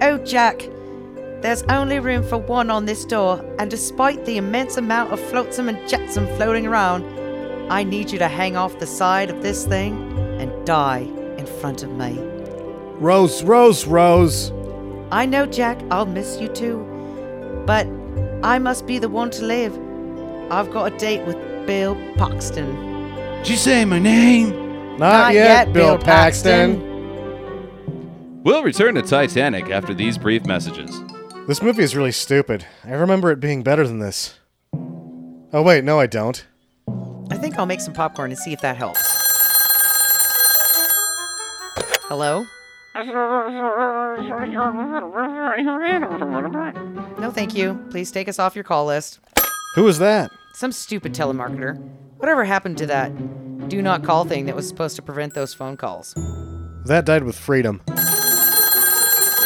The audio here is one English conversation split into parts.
Oh, Jack, there's only room for one on this door, and despite the immense amount of flotsam and jetsam floating around, I need you to hang off the side of this thing and die in front of me. Rose, Rose, Rose. I know, Jack, I'll miss you too, but I must be the one to live. I've got a date with Bill Paxton. Did you say my name? Not, yet, Bill Paxton. We'll return to Titanic after these brief messages. This movie is really stupid. I remember it being better than this. Oh, wait, no, I don't. I think I'll make some popcorn and see if that helps. Hello? No, thank you. Please take us off your call list. Who is that? Some stupid telemarketer. Whatever happened to that do not call thing that was supposed to prevent those phone calls? That died with freedom.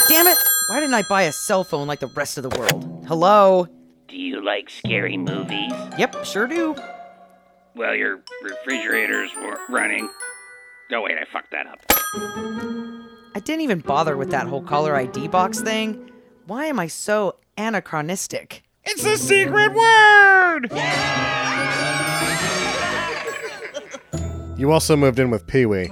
Damn it! Why didn't I buy a cell phone like the rest of the world? Hello? Do you like scary movies? Yep, sure do. Well, your refrigerator's wa- running. Oh, wait, I fucked that up. I didn't even bother with that whole caller ID box thing. Why am I so anachronistic? It's the secret word! You also moved in with Pee Wee.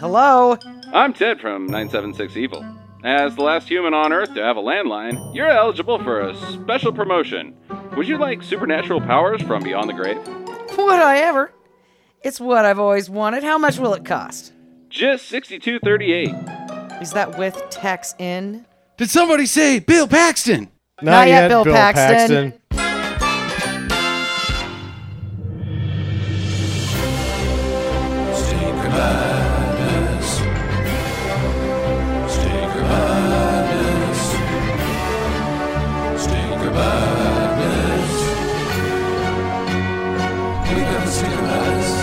Hello? I'm Ted from 976 Evil. As the last human on Earth to have a landline, you're eligible for a special promotion. Would you like supernatural powers from beyond the grave? Would I ever? It's what I've always wanted. How much will it cost? Just 6238. Is that with tax in? Did somebody say Bill Paxton? Not, yet, Bill Paxton. Stinker Madness. Stinker Madness. Stinker Madness. We got the Stinker Madness.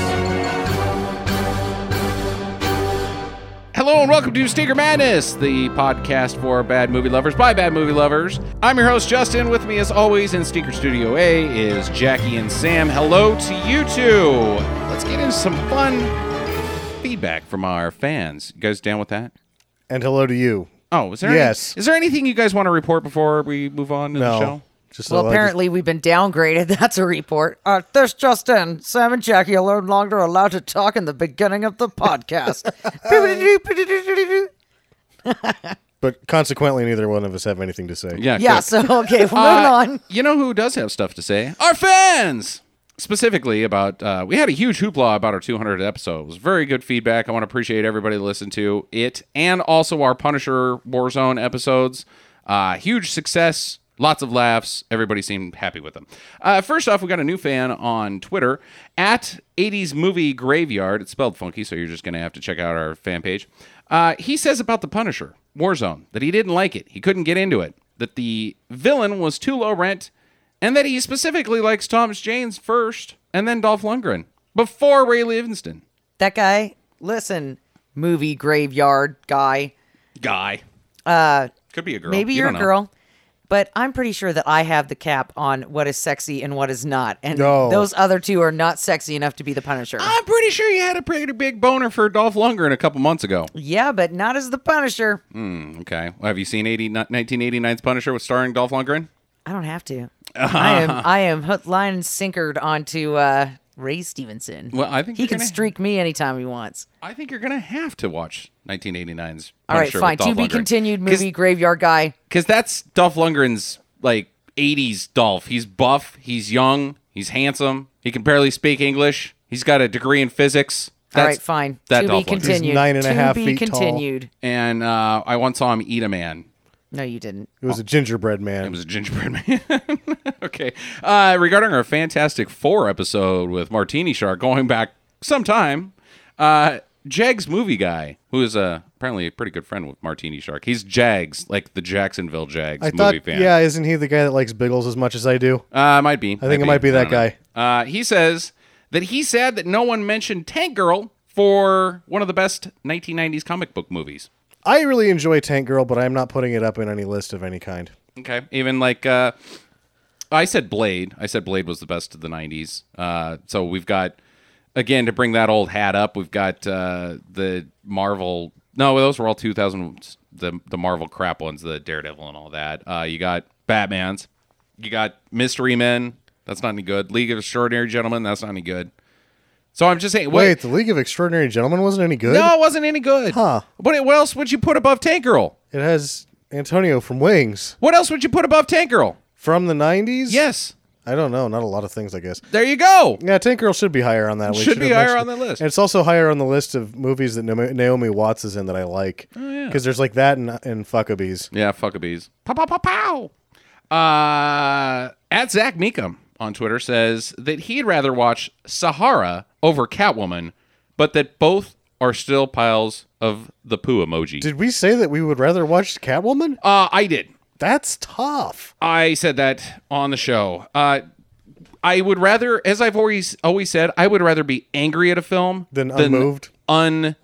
Hello and welcome to Stinker Madness, the podcast for bad movie lovers by bad movie lovers. I'm your host, Justin. With me, as always, in Stinker Studio A is Jackie and Sam. Hello to you two. Let's get into some fun feedback from our fans. You guys down with that? And hello to you. Oh, is there Yes. Any, is there anything you guys want to report before we move on to the No. show? Just Well, a- apparently we've been downgraded. That's a report. Uh, this just in. Sam and Jackie are no longer allowed to talk in the beginning of the podcast. But consequently, neither one of us have anything to say. Yeah. yeah, good. so, okay, we're moving Uh, on. You know who does have stuff to say? Our fans! Specifically about, uh, we had a huge hoopla about our 200 episode. It was very good feedback. I want to appreciate everybody that listened to it and also our Punisher Warzone episodes. Uh, huge success, lots of laughs. Everybody seemed happy with them. Uh, first off, we got a new fan on Twitter at 80s Movie Graveyard. It's spelled funky, so you're just going to have to check out our fan page. Uh, he says about the Punisher Warzone that he didn't like it, he couldn't get into it that the villain was too low rent and that he specifically likes Thomas Jane's first and then Dolph Lundgren before Ray Livingston. That guy, listen, movie graveyard guy. Guy. Uh, Could be a girl. maybe Oh, You you're a don't know. girl, but I'm pretty sure that I have the cap on what is sexy and what is not. And No. those other two are not sexy enough to be the Punisher. I'm pretty sure you had a pretty big boner for Dolph Lundgren a couple months ago. yeah, but not as the Punisher. Okay. Well, have you seen 80, 1989's Punisher with starring Dolph Lundgren? I don't have to. I am I am hook, line, and sinkered onto uh, Ray Stevenson. Well, I think he you're can gonna- streak me anytime he wants. I think you're going to have to watch 1989's Punisher. All right, with fine. Dolph To be Lundgren. continued. 'Cause- Movie graveyard guy. Because that's Dolph Lundgren's like '80s Dolph. He's buff. He's young. He's handsome. He can barely speak English. He's got a degree in physics. All That's right, fine. That to be Dolph Lundgren. continued. nine and a to half be feet tall. continued. And uh, I once saw him eat a man. No, you didn't. It was a gingerbread man. It was a gingerbread man. okay. Uh, regarding our Fantastic Four episode with Martini Shark going back some time, uh, Jags movie guy, who is uh, apparently a pretty good friend with Martini Shark, he's Jags, like the Jacksonville Jags I movie thought, fan. yeah, isn't he the guy that likes Biggles as much as I do? Uh, might be. I think it might be that don't know. Uh, he says that he's sad that no one mentioned Tank Girl for one of the best 1990s comic book movies. I really enjoy Tank Girl, but I'm not putting it up in any list of any kind. Okay. Even like, uh, I said Blade. I said Blade was the best of the 90s. Uh, so we've got again to bring that old hat up, we've got uh, the Marvel. No, those were all 2000 the the Marvel crap ones, the Daredevil and all that. Uh, you got Batman's, you got Mystery Men. That's not any good. League of Extraordinary Gentlemen. That's not any good. So I'm just saying. Wait, the League of Extraordinary Gentlemen wasn't any good? no, it wasn't any good. Huh. What, what else would you put above Tank Girl? It has Antonio from Wings What else would you put above Tank Girl? from the 90s? Yes. I don't know. Not a lot of things, I guess. There you go. Yeah, Tank Girl should be higher on that list. Should be higher mentioned on it. that list. And it's also higher on the list of movies that Naomi- Naomi Watts is in that I like. Oh, Because there's like that and, and Fuckabees. Yeah, fuckabees. Pow, pow, pow, pow. Uh, at Zach Meekum on Twitter says that he'd rather watch Sahara over Catwoman, but that both are still piles of the poo emoji. Did we say that we would rather watch Catwoman? uh, I did. That's tough. I said that on the show. Uh, I would rather, as I've always always said, I would rather be angry at a film Than unmoved? un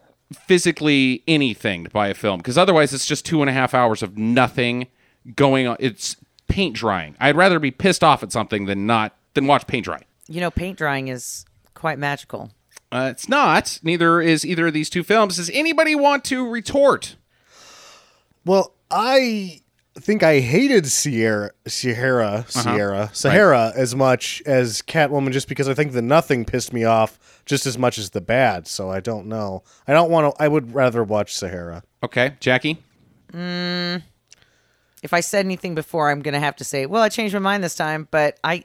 physically anything by a film because otherwise it's just two and a half hours of nothing going on. It's paint drying. I'd rather be pissed off at something than not than watch paint dry. You know, paint drying is quite magical. Uh, it's not. Neither is either of these two films. Does anybody want to retort? Well, I think I hated Sierra, Uh-huh. Sierra, Sierra, Sahara as much as Catwoman, just because I think the nothing pissed me off just as much as the bad. So I don't know. I don't want to. I would rather watch Sahara. Okay, Jackie. If I said anything before, I'm gonna have to say, well, I changed my mind this time, but I,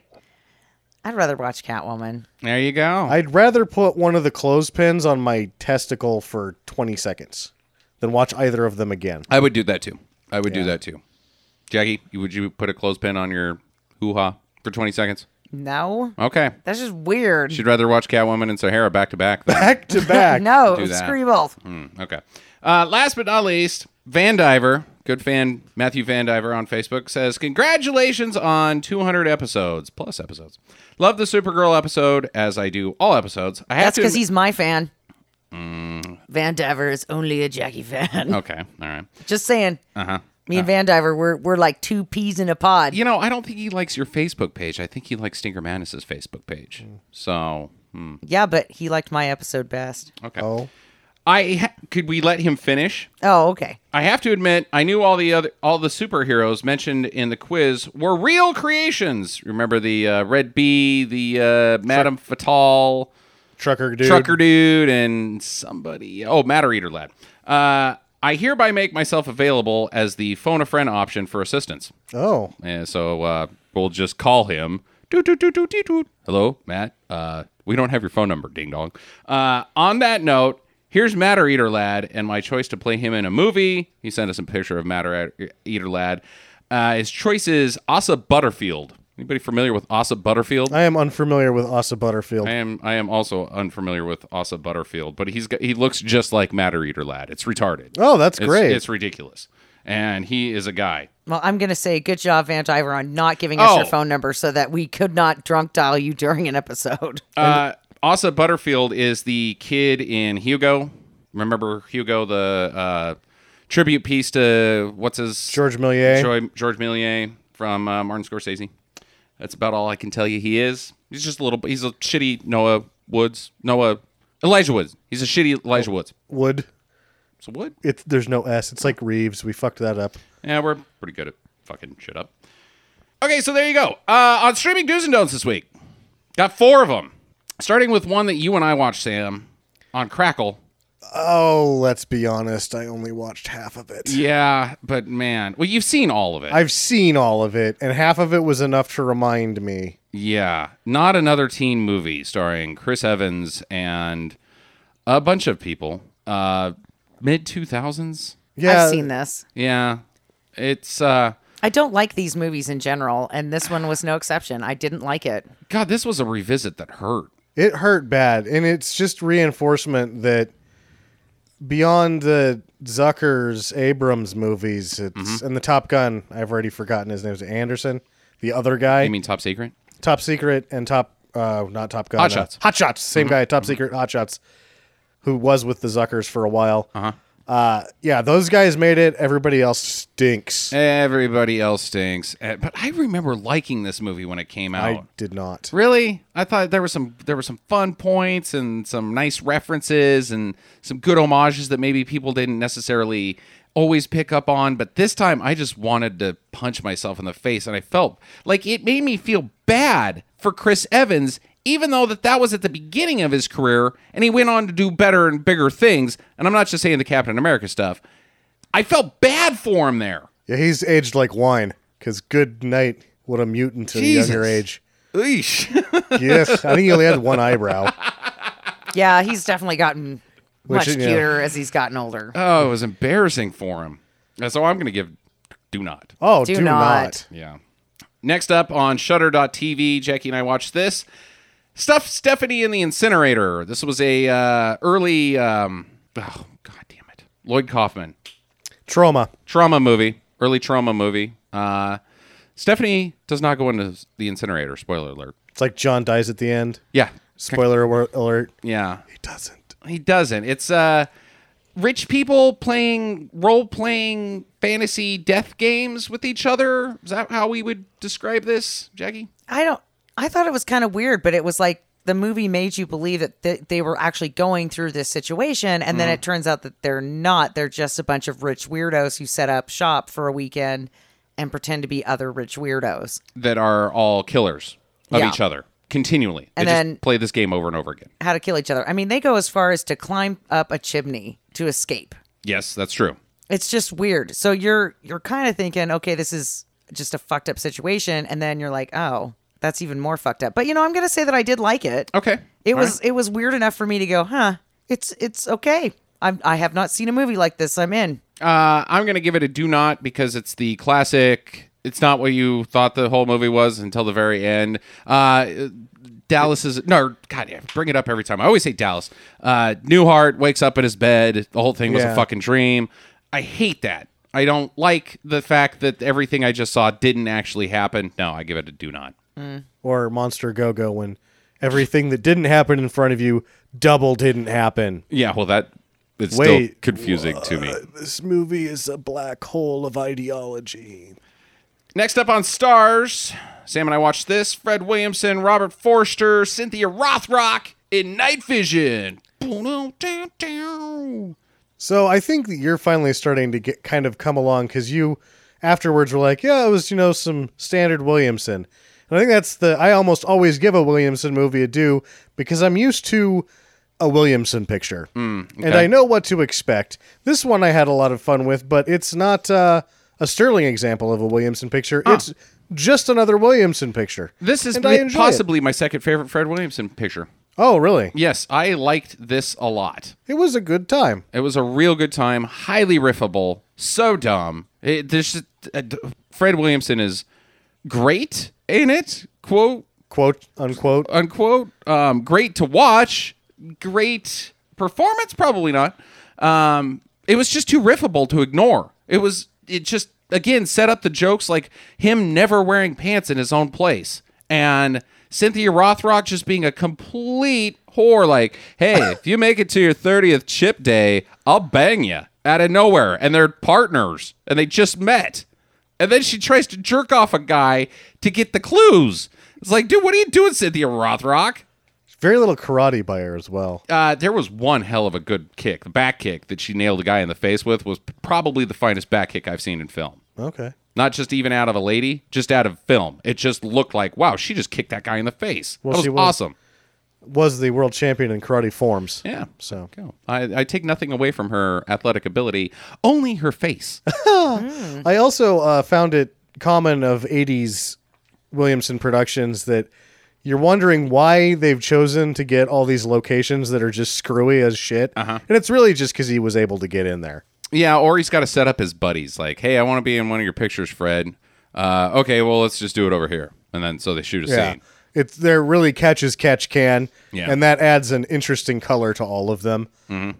I'd rather watch Catwoman. There you go. I'd rather put one of the clothespins on my testicle for 20 seconds than watch either of them again. I would do that too. I would do that too. Jackie, you- would you put a clothespin on your hoo ha for 20 seconds? No, Okay. that's just weird. She'd rather watch Catwoman and Sahara back to back. than- Back to back. no, do that. screw you both. Mm, okay. Uh, last but not least, Van Diver, good fan Matthew Van Diver on Facebook says, "Congratulations on 200 episodes plus episodes. Love the Supergirl episode as I do all episodes. I have That's to because admit- he's my fan. Van Diver is only a Jackie fan. okay. All right. Just saying. Uh-huh. Me and Van Diver, we're we're like two peas in a pod. You know, I don't think he likes your Facebook page. I think he likes Stinker Madness's Facebook page. So." hmm, Yeah, but he liked my episode best. Okay. Oh. I ha- could we let him finish? Oh, okay. I have to admit, I knew all the other all the superheroes mentioned in the quiz were real creations. Remember the uh, Red Bee, the uh, Madame Fatal, Trucker dude. Trucker Dude, and somebody. Oh, Matter Eater Lad. Uh, I hereby make myself available as the phone a friend option for assistance. Oh. And so uh, we'll just call him. Doot, doot, doot, doot, doot, doot. Hello, Matt. Uh, we don't have your phone number, ding dong. Uh, on that note, here's Matter Eater Lad and my choice to play him in a movie. He sent us a picture of Matter Eater Lad. Uh, his choice is Asa Butterfield. Anybody familiar with Asa Butterfield? I am unfamiliar with Asa Butterfield. I am I am also unfamiliar with Asa Butterfield, but he's got, he looks just like Matter Eater Lad. It's retarded. Oh, that's It's- great. It's ridiculous. And he is a guy. Well, I'm gonna say good job, Van Diver, on not giving us Oh. your phone number so that we could not drunk dial you during an episode. Uh, Asa Butterfield is the kid in Hugo. Remember Hugo, the uh, tribute piece to what's his George Millier. George, George Millier from uh, Martin Scorsese. That's about all I can tell you. He is. He's just a little. He's a shitty Noah Woods. Noah Elijah Woods. He's a shitty Elijah Woods. Wood. So what? It's there's no S. It's like Reeves. We fucked that up. Yeah, we're pretty good at fucking shit up. Okay, so there you go. Uh, on streaming do's and don'ts this week, got four of them. Starting with one that you and I watched, Sam, on Crackle. Oh, let's be honest. I only watched half of it. Yeah, but man, well, you've seen all of it. I've seen all of it, and half of it was enough to remind me. yeah, not another teen movie starring Chris Evans and a bunch of people. Uh, Mid two thousands. Yeah, I've seen this. Yeah, it's uh, I don't like these movies in general, and this one was no exception. I didn't like it. God, this was a revisit that hurt. It hurt bad, and it's just reinforcement that beyond the Zucker's Abrams movies, it's and the Top Gun. I've already forgotten his name. Is it Anderson, the other guy, You mean Top Secret? Top Secret, and Top. Uh, not Top Gun. Hot uh, Shots. Mm-hmm. Hot Shots. Same guy. Top Secret. Hot Shots. Who was with the Zuckers for a while. Uh-huh. Uh, yeah, those guys made it. Everybody else stinks. Everybody else stinks. Uh, But I remember liking this movie when it came out. I did not. Really? I thought there were some there were some fun points and some nice references and some good homages that maybe people didn't necessarily always pick up on, but this time I just wanted to punch myself in the face and I felt like it made me feel bad for Chris Evans even though that that was at the beginning of his career and he went on to do better and bigger things and I'm not just saying the Captain America stuff. I felt bad for him there. Yeah, he's aged like wine. Because good night, what a mutant at Jesus. a younger age. Eesh. Yes, I think he only had one eyebrow. Yeah, he's definitely gotten Which, much yeah. cuter as he's gotten older. Oh, it was embarrassing for him. And so I'm going to give do not. Oh, Do do, not. not. Yeah. Next up on Shudder.tv, Jackie and I watched this stuff. Stephanie and the incinerator. This was a uh, early. Um, oh God damn it, Lloyd Kaufman Trauma. trauma movie, early trauma movie. Uh, Stephanie does not go into the incinerator. Spoiler alert. It's like John dies at the end. Yeah, Spoiler alert- alert. yeah. He doesn't. He doesn't. It's uh rich people playing role playing fantasy death games with each other. Is that how we would describe this, Jackie? I don't. I thought it was kind of weird, but it was like the movie made you believe that th- they were actually going through this situation, and then it turns out that they're not. They're just a bunch of rich weirdos who set up shop for a weekend and pretend to be other rich weirdos. that are all killers of Yeah. each other continually. And they then- just play this game over and over again. How to kill each other. I mean, they go as far as to climb up a chimney to escape. Yes, that's true. It's just weird. So you're you're kind of thinking, okay, this is just a fucked up situation, and then you're like, oh, that's even more fucked up. But you know, I'm gonna say that I did like it. Okay. It All was right. it was weird enough for me to go, huh? It's it's okay. I'm I have not seen a movie like this. I'm in. Uh, I'm going to give it a do not because it's the classic. It's not what you thought the whole movie was until the very end. Uh, Dallas is no God. Yeah, bring it up every time. I always say Dallas. Uh, Newhart wakes up in his bed. The whole thing was a Yeah. fucking dream. I hate that. I don't like the fact that everything I just saw didn't actually happen. No, I give it a do not. Or Monster Go Go when everything that didn't happen in front of you double didn't happen. Yeah, well, that it's still Wait, confusing to me. This movie is a black hole of ideology. Next up on Stars, Sam and I watched this Fred Williamson, Robert Forster, Cynthia Rothrock in Night Vision. So I think that you're finally starting to get kind of come along because you afterwards were like, yeah, it was, you know, some standard Williamson. And I think that's the, I almost always give a Williamson movie a do because I'm used to a Williamson picture. Hmm, And I know what to expect. This one I had a lot of fun with, but it's not uh, a sterling example of a Williamson picture. It's just another Williamson picture. This is And I mi- enjoy it. possibly my second favorite Fred Williamson picture. Oh, really? Yes, I liked this a lot. It was a good time. It was a real good time, highly riffable, so dumb. It, there's just, uh, d- Fred Williamson is great in it, quote Quote, unquote. unquote. Um, great to watch. Great performance, probably not. Um, it was just too riffable to ignore. It was it just again set up the jokes like him never wearing pants in his own place and Cynthia Rothrock just being a complete whore. Like, hey, if you make it to your thirtieth chip day, I'll bang you out of nowhere. And they're partners, and they just met. And then she tries to jerk off a guy to get the clues. It's like, dude, what are you doing, Cynthia Rothrock? Very little karate by her as well. Uh, there was one hell of a good kick. The back kick that she nailed a guy in the face with was probably the finest back kick I've seen in film. Okay. Not just even out of a lady, just out of film. It just looked like, wow, she just kicked that guy in the face. Well, that was, she was- awesome. was the world champion in karate forms. Yeah. So Go. I, I take nothing away from her athletic ability, only her face. I also uh, found it common of 80s Williamson productions that you're wondering why they've chosen to get all these locations that are just screwy as shit. Uh-huh. And it's really just because he was able to get in there. Yeah, or he's got to set up his buddies. Like, hey, I want to be in one of your pictures, Fred. Uh, okay, well, let's just do it over here. And then so they shoot a Yeah. scene. It's they're really catch as catch can. Yeah. Mm-hmm. And that adds an interesting color to all of them.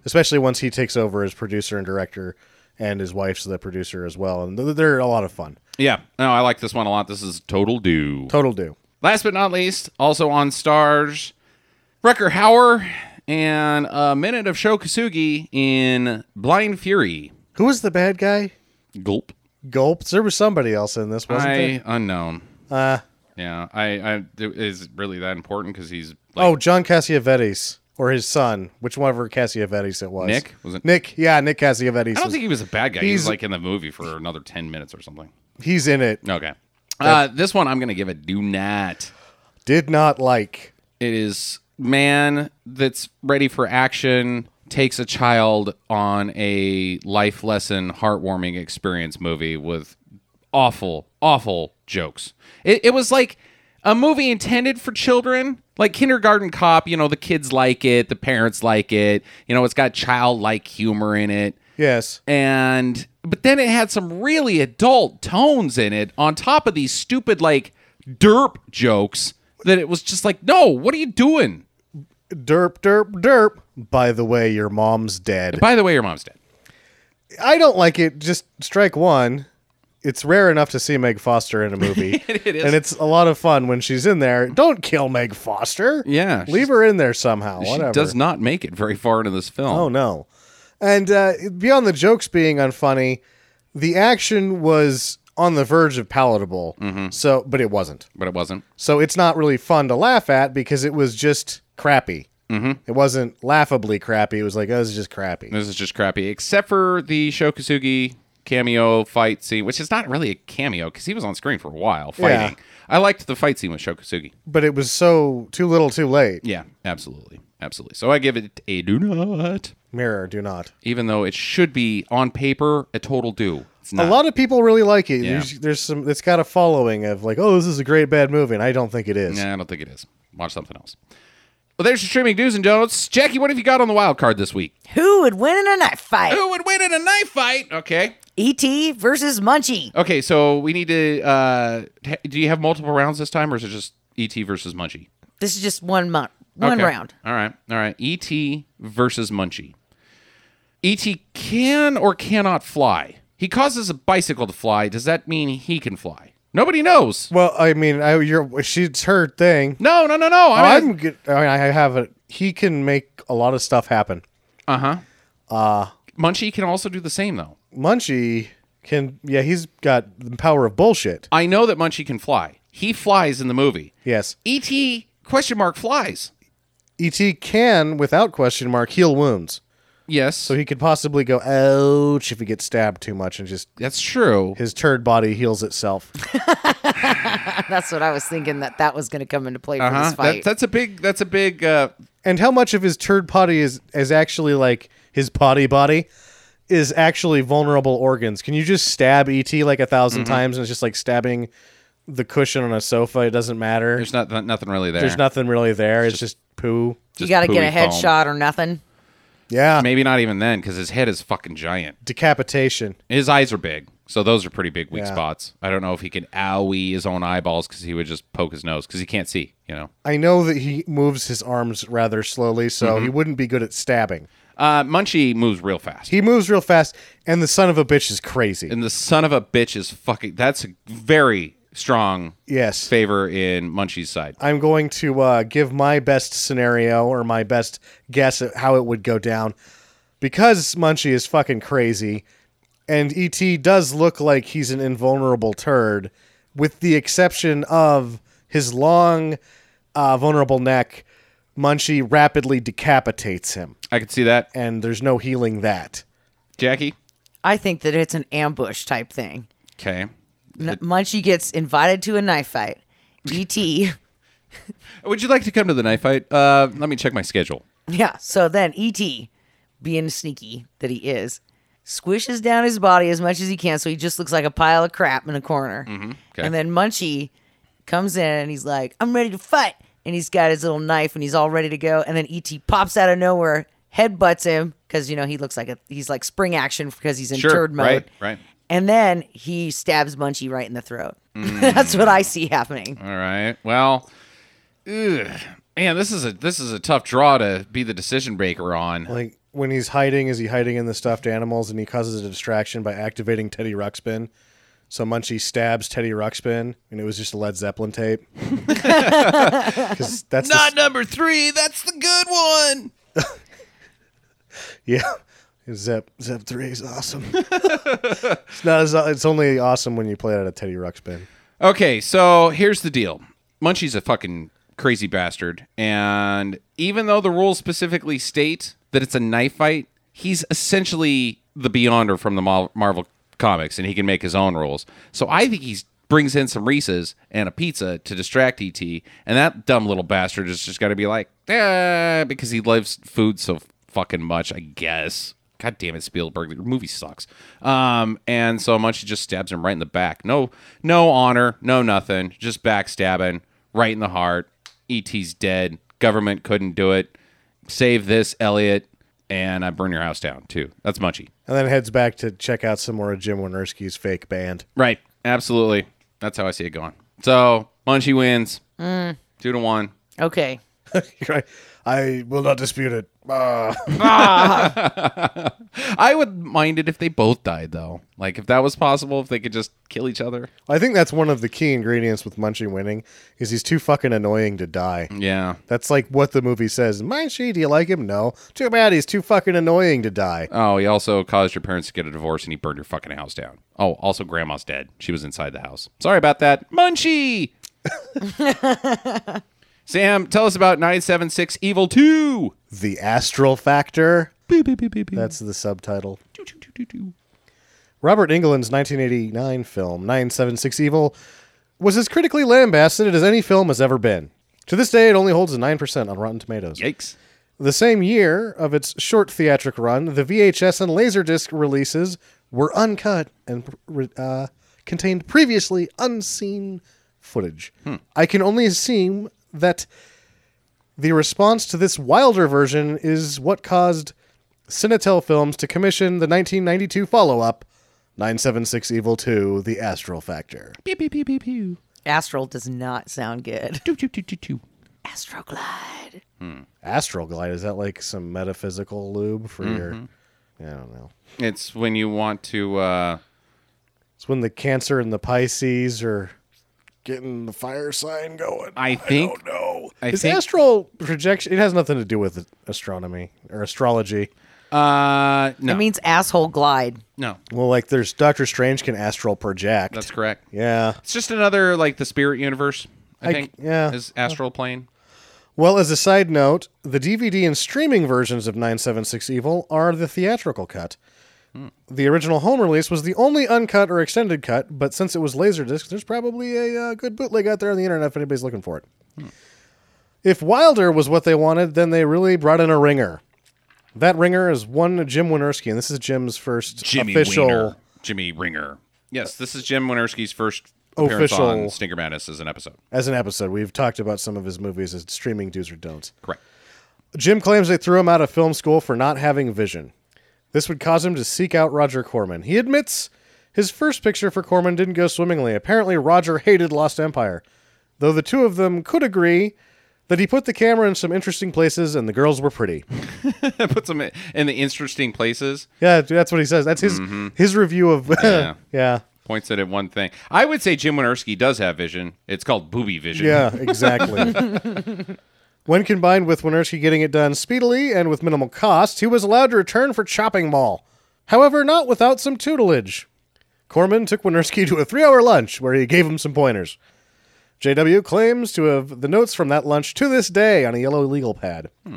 Especially once he takes over as producer and director and his wife's the producer as well. And th- they're a lot of fun. Yeah, no, I like this one a lot. This is Total Do. Total do. Last but not least, also on Stars, Rucker Hauer and a minute of Shokasugi in Blind Fury. Who was the bad guy? Gulp. Gulps. There was somebody else in this, wasn't there? I unknown. Uh, Yeah, I, I it is really that important because he's like, oh, John Cassiovetti's or his son, whichever Cassiovetti's it was. Nick? Was it- Nick? Yeah, Nick Cassiovetti's. I don't was- think he was a bad guy. He was Oh, he's- like in the movie for another ten minutes or something. he's in it. Okay, uh, this one I'm gonna give a do not. Did not like. It is man that's ready for action takes a child on a life lesson, heartwarming experience movie with awful, awful jokes. It, it was like a movie intended for children, like Kindergarten Cop. You know, the kids like it, the parents like it. You know, it's got childlike humor in it Yes. and but then it had some really adult tones in it on top of these stupid like derp jokes that it was just like no what are you doing Derp, derp, derp. By the way, your mom's dead. by the way your mom's dead I don't like it. Just strike one. It's rare enough to see Meg Foster in a movie. It is. And it's a lot of fun when she's in there. Don't kill Meg Foster. Yeah, she's- Leave her in there somehow. Whatever. she does not make it very far into this film Oh no! And uh, beyond the jokes being unfunny, the action was on the verge of palatable. Mm-hmm. So, but it wasn't. but it wasn't So it's not really fun to laugh at because it was just crappy. Mm-hmm. It wasn't laughably crappy. It was like, oh, this is just crappy. this is just crappy except for the shokasugi cameo fight scene which is not really a cameo because he was on screen for a while fighting i liked the fight scene with shokasugi But it was so too little, too late. yeah absolutely absolutely so i give it a do not Mirror, do not. even though it should be on paper a total do. It's not. A lot of people really like it. Yeah. There's, there's some. It's got a following of like, oh, this is a great bad movie, and I don't think it is. Nah, I don't think it is. Watch something else. Well, there's your streaming do's and don'ts. Jackie, what have you got on the wild card this week? Who would win in a knife fight? Who would win in a knife fight? Okay. E.T. versus Munchie. Okay, so we need to. Uh, ha- do you have multiple rounds this time, or is it just ET versus Munchie? This is just one month, one Okay. round. All right. All right. ET versus Munchie. ET can or cannot fly. He causes a bicycle to fly. Does that mean he can fly? Nobody knows. Well, I mean, I, you're, she's her thing. No, no, no, no. Oh, I'm I'm good. I, mean, I have a. He can make a lot of stuff happen. Uh-huh. Uh. Munchie can also do the same though. Munchie can. Yeah, he's got the power of bullshit. I know that Munchie can fly. He flies in the movie. Yes, E.T. question mark flies. ET can, without question mark, heal wounds. Yes, So he could possibly go ouch if he gets stabbed too much, and just that's true. his turd body heals itself. That's what I was thinking that that was going to come into play for Uh-huh. this fight. That, that's a big. That's a big. Uh, and how much of his turd body is is actually like his potty body? Is actually vulnerable organs. Can you just stab ET like a 1000 Mm-hmm. times and it's just like stabbing the cushion on a sofa? It doesn't matter. there's not, not nothing really there. There's nothing really there. It's, just, poo. you Just got to get a pooey foam. headshot or nothing. Yeah. Maybe not even then, because his head is fucking giant. Decapitation. His eyes are big, so those are pretty big weak Yeah. spots. I don't know if he can owie his own eyeballs because he would just poke his nose because he can't see. You know. I know that he moves his arms rather slowly, so Mm-hmm. he wouldn't be good at stabbing. Uh, Munchie moves real fast. He moves real fast, and the son of a bitch is crazy. and the son of a bitch is fucking. That's a very strong yes. favor in Munchie's side. I'm going to uh, give my best scenario or my best guess at how it would go down. Because Munchie is fucking crazy, and E.T. does look like he's an invulnerable turd, with the exception of his long, uh, vulnerable neck, Munchie rapidly decapitates him, I could see that. and there's no healing that. Jackie. I think that it's an ambush type thing. Okay. N- Munchie gets invited to a knife fight. E E.T. Would you like to come to the knife fight? Uh, let me check my schedule. Yeah. So then E.T., being sneaky that he is, squishes down his body as much as he can so he just looks like a pile of crap in a corner. Mm-hmm. And then Munchie comes in and he's like, I'm ready to fight. And he's got his little knife and he's all ready to go. And then E.T. pops out of nowhere, headbutts him because, you know, he looks like a, he's like spring action because he's in Sure, turd mode. right, right. And then he stabs Munchie right in the throat. Mm. That's what I see happening. All right. Well, ugh. man, this is a this is a tough draw to be the decision maker on. Like, when he's hiding, is he hiding in the stuffed animals, and he causes a distraction by activating Teddy Ruxpin? So Munchie stabs Teddy Ruxpin, and it was just a Led Zeppelin tape. Because that's the number three. That's the good one. Yeah. Zep Zep three is awesome. it's not as it's only awesome when you play it at a Teddy Ruxpin. Okay, so here's the deal. Munchie's a fucking crazy bastard, and even though the rules specifically state that it's a knife fight, he's essentially the Beyonder from the Mar- Marvel comics, and he can make his own rules. So I think he brings in some Reese's and a pizza to distract ET, and that dumb little bastard is just got to be like, ah, because he loves food so fucking much, I guess. God damn it, Spielberg! Your movie sucks. Um, and so Munchie just stabs him right in the back. No, no honor, no nothing. Just backstabbing right in the heart. ET's dead. Government couldn't do it. Save this, Elliot, and I burn your house down too. That's Munchie. And then heads back to check out some more of Jim Wynorski's fake band. Right. Absolutely. That's how I see it going. So Munchie wins. Two to one. Okay. Right. I will not dispute it. Ah. I would mind it if they both died though. Like if that was possible, if they could just kill each other. I think that's one of the key ingredients with Munchie winning is he's too fucking annoying to die. Yeah. That's like what the movie says. Munchie, do you like him? No. Too bad he's too fucking annoying to die. Oh, he also caused your parents to get a divorce and he burned your fucking house down. Oh, also grandma's dead. She was inside the house. Sorry about that. Munchie! Sam, tell us about 976 Evil 2. The astral factor. Beep, beep, beep, beep, beep. That's the subtitle. Doo, doo, doo, doo, doo. Robert Englund's 1989 film 976 Evil was as critically lambasted as any film has ever been. To this day, it only holds a 9% on Rotten Tomatoes. Yikes. The same year of its short theatrical run, the VHS and Laserdisc releases were uncut and uh, contained previously unseen footage. I can only assume that the response to this wilder version is what caused Cinetel Films to commission the 1992 follow up, 976 Evil 2 The Astral Factor. Pew, pew, pew, pew, pew. Astral does not sound good. Doo, doo, doo, doo, doo. Astral glide. Astral Glide, is that like some metaphysical lube for your. I don't know. It's when you want to. Uh, It's when the Cancer and the Pisces are getting the fire sign going. I think. No. I is think- astral projection? It has nothing to do with astronomy or astrology. Uh, no. It means asshole glide. no. Well, like there's Doctor Strange can astral project. That's correct. yeah. It's just another, like, the spirit universe, I, I- think. yeah. Is astral plane. Well, as a side note, the DVD and streaming versions of 976 Evil are the theatrical cut. Hmm. The original home release was the only uncut or extended cut, but since it was Laserdisc, there's probably a uh, good bootleg out there on the internet if anybody's looking for it. Hmm. If Wilder was what they wanted, then they really brought in a ringer. That ringer is one Jim Winerski, and this is Jim's first Jimmy official. Wiener. Jimmy Ringer. Yes, this is Jim Winerski's first appearance Official- on Stinker Madness as an episode. As an episode, we've talked about some of his movies as streaming do's or don'ts. Correct. Jim claims they threw him out of film school for not having vision. This would cause him to seek out Roger Corman. He admits his first picture for Corman didn't go swimmingly. Apparently, Roger hated Lost Empire, though the two of them could agree that he put the camera in some interesting places and the girls were pretty. Put some in the interesting places. Yeah, that's what he says. That's his his review of Yeah. yeah. yeah. Points it at one thing. I would say Jim Winerski does have vision. It's called booby vision. Yeah, exactly. when combined with Winerski getting it done speedily and with minimal cost, he was allowed to return for Chopping Mall. However, not without some tutelage. Corman took Winerski to a three hour lunch where he gave him some pointers. JW claims to have the notes from that lunch to this day on a yellow legal pad, and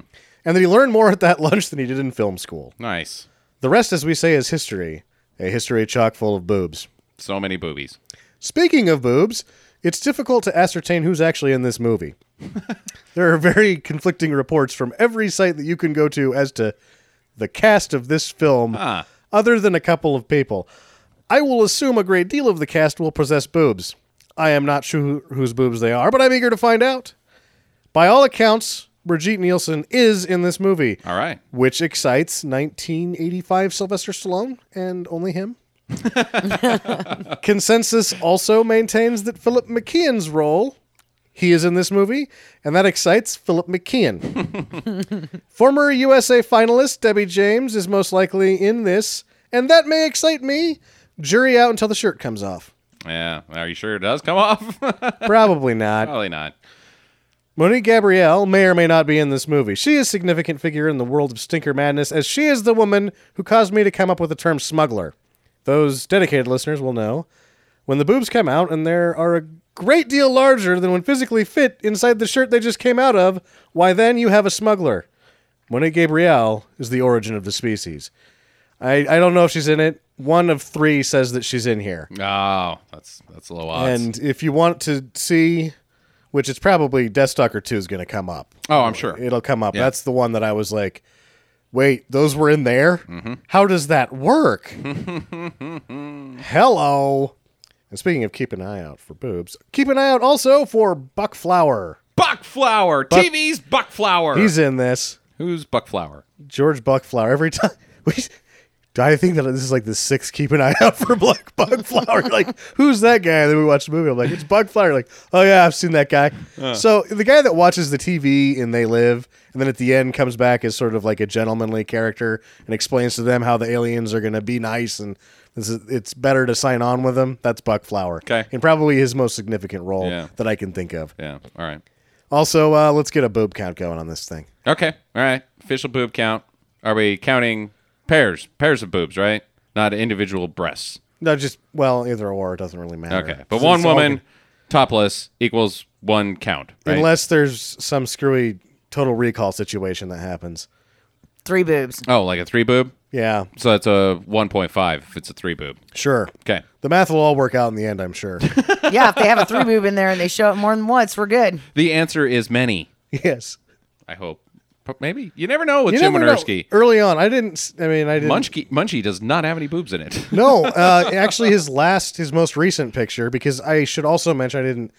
that he learned more at that lunch than he did in film school. Nice. The rest, as we say, is history a history chock full of boobs. So many boobies. Speaking of boobs, it's difficult to ascertain who's actually in this movie. there are very conflicting reports from every site that you can go to as to the cast of this film, Ah. other than a couple of people. I will assume a great deal of the cast will possess boobs. I am not sure who- whose boobs they are, but I'm eager to find out. By all accounts, Brigitte Nielsen is in this movie, All right. which excites 1985 Sylvester Stallone and only him. Consensus also maintains that Philip McKeon's role, he is in this movie, and that excites Philip McKeon. Former USA finalist Debbie James is most likely in this, and that may excite me. Jury out until the shirt comes off. Yeah. Are you sure it does come off? Probably not. Probably not. Monique Gabrielle may or may not be in this movie. She is a significant figure in the world of stinker madness, as she is the woman who caused me to come up with the term smuggler. Those dedicated listeners will know when the boobs come out and there are a great deal larger than when physically fit inside the shirt they just came out of, why then you have a smuggler. Monique Gabrielle is the origin of the species. I, I don't know if she's in it. One of three says that she's in here. Oh, that's that's low odds. And if you want to see, which it's probably Deathstalker 2 is going to come up. oh, I'm sure. It'll come up. That's the one that I was like, wait, those were in there? How does that work? Hello. And speaking of keep an eye out for boobs, keep an eye out also for Buckflower. Buckflower. TV's Buckflower. He's in this. Who's Buckflower? George Buckflower. Every time we. I think that this is like the sixth keep an eye out for Black Buckflower. like, who's that guy? And then we watch the movie. I'm like, it's Buckflower. Like, oh yeah, I've seen that guy. Uh. So the guy that watches the TV and They Live, and then at the end comes back as sort of like a gentlemanly character and explains to them how the aliens are going to be nice and this is, it's better to sign on with them. That's Buckflower. Okay. And probably his most significant role Yeah. that I can think of. Yeah. All right. Also, uh, let's get a boob count going on this thing. Okay. All right. Official boob count. Are we counting pairs? Pairs of boobs, right? Not individual breasts. No, just well, either or it doesn't really matter. Okay. But It's- one it's all woman good. topless equals one count, right? unless there's some screwy total recall situation that happens. Three boobs. oh, like a three boob? Yeah, So that's a 1.5 if it's a three boob. sure. Okay. The math will all work out in the end, I'm sure. Yeah, if they have a three boob in there and they show it more than once, we're good. The answer is many, yes. I I hope. But maybe. You never know with Jim never know. Minersky. Early on, I didn't. s- I mean, I didn't. Munchie, Munchie does not have any boobs in it. No, uh, actually, his last, his most recent picture, because I should also mention I didn't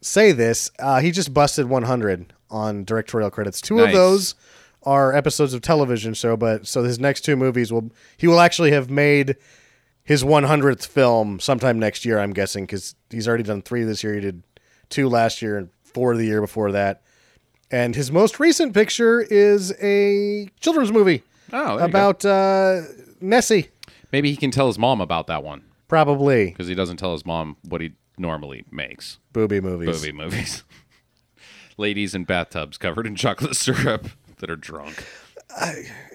say this. Uh, he just busted 100 on directorial credits. Two of Nice. those are episodes of television show, but so his next two movies will he will actually have made his 100th film sometime next year. I'm guessing because he's already done three this year. He did two last year and four the year before that. And his most recent picture is a children's movie Oh, there you go. about uh, Nessie, Maybe he can tell his mom about that one probably. because he doesn't tell his mom what he normally makes. Booby movies. Booby movies. Ladies in bathtubs covered in chocolate syrup that are drunk.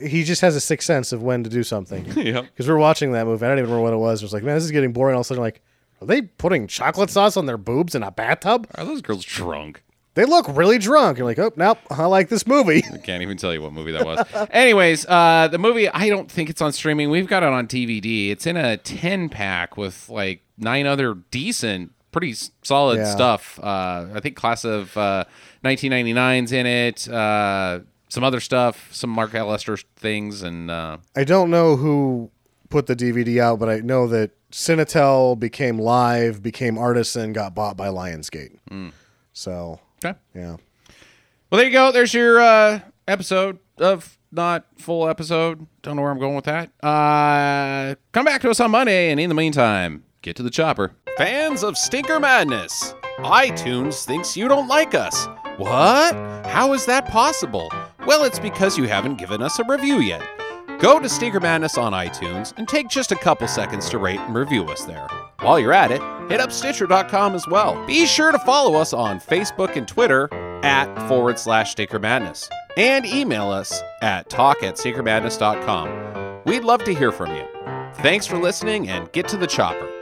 He just has a sixth sense of when to do something. Because Yep. we're watching that movie. I don't even remember what it was. It was like, man, this is getting boring. All of a sudden, like, are they putting chocolate sauce on their boobs in a bathtub? Are those girls drunk? They look really drunk. You're like, oh, nope, I like this movie. I can't even tell you what movie that was. Anyways, uh, the movie, I don't think it's on streaming. We've got it on DVD. It's in a 10 pack with like nine other decent, pretty s- solid Yeah. stuff. Uh, I think Class of uh, 1999's in it, uh, some other stuff, some Mark Lester things, and uh, I don't know who put the DVD out, but I know that Cinetel became live, became artisan, got bought by Lionsgate. Hmm. So, okay. yeah. Well, there you go. There's your uh, episode of not full episode. Don't know where I'm going with that. Uh, come back to us on Monday, and in the meantime, get to the chopper. Fans of Stinker Madness, iTunes thinks you don't like us. What? How is that possible? Well, it's because you haven't given us a review yet. Go to Stinker Madness on iTunes and take just a couple seconds to rate and review us there. While you're at it, hit up Stitcher.com as well. Be sure to follow us on Facebook and Twitter at forward slash Stinker Madness and email us at talk at stinkermadness.com. We'd love to hear from you. Thanks for listening and get to the chopper.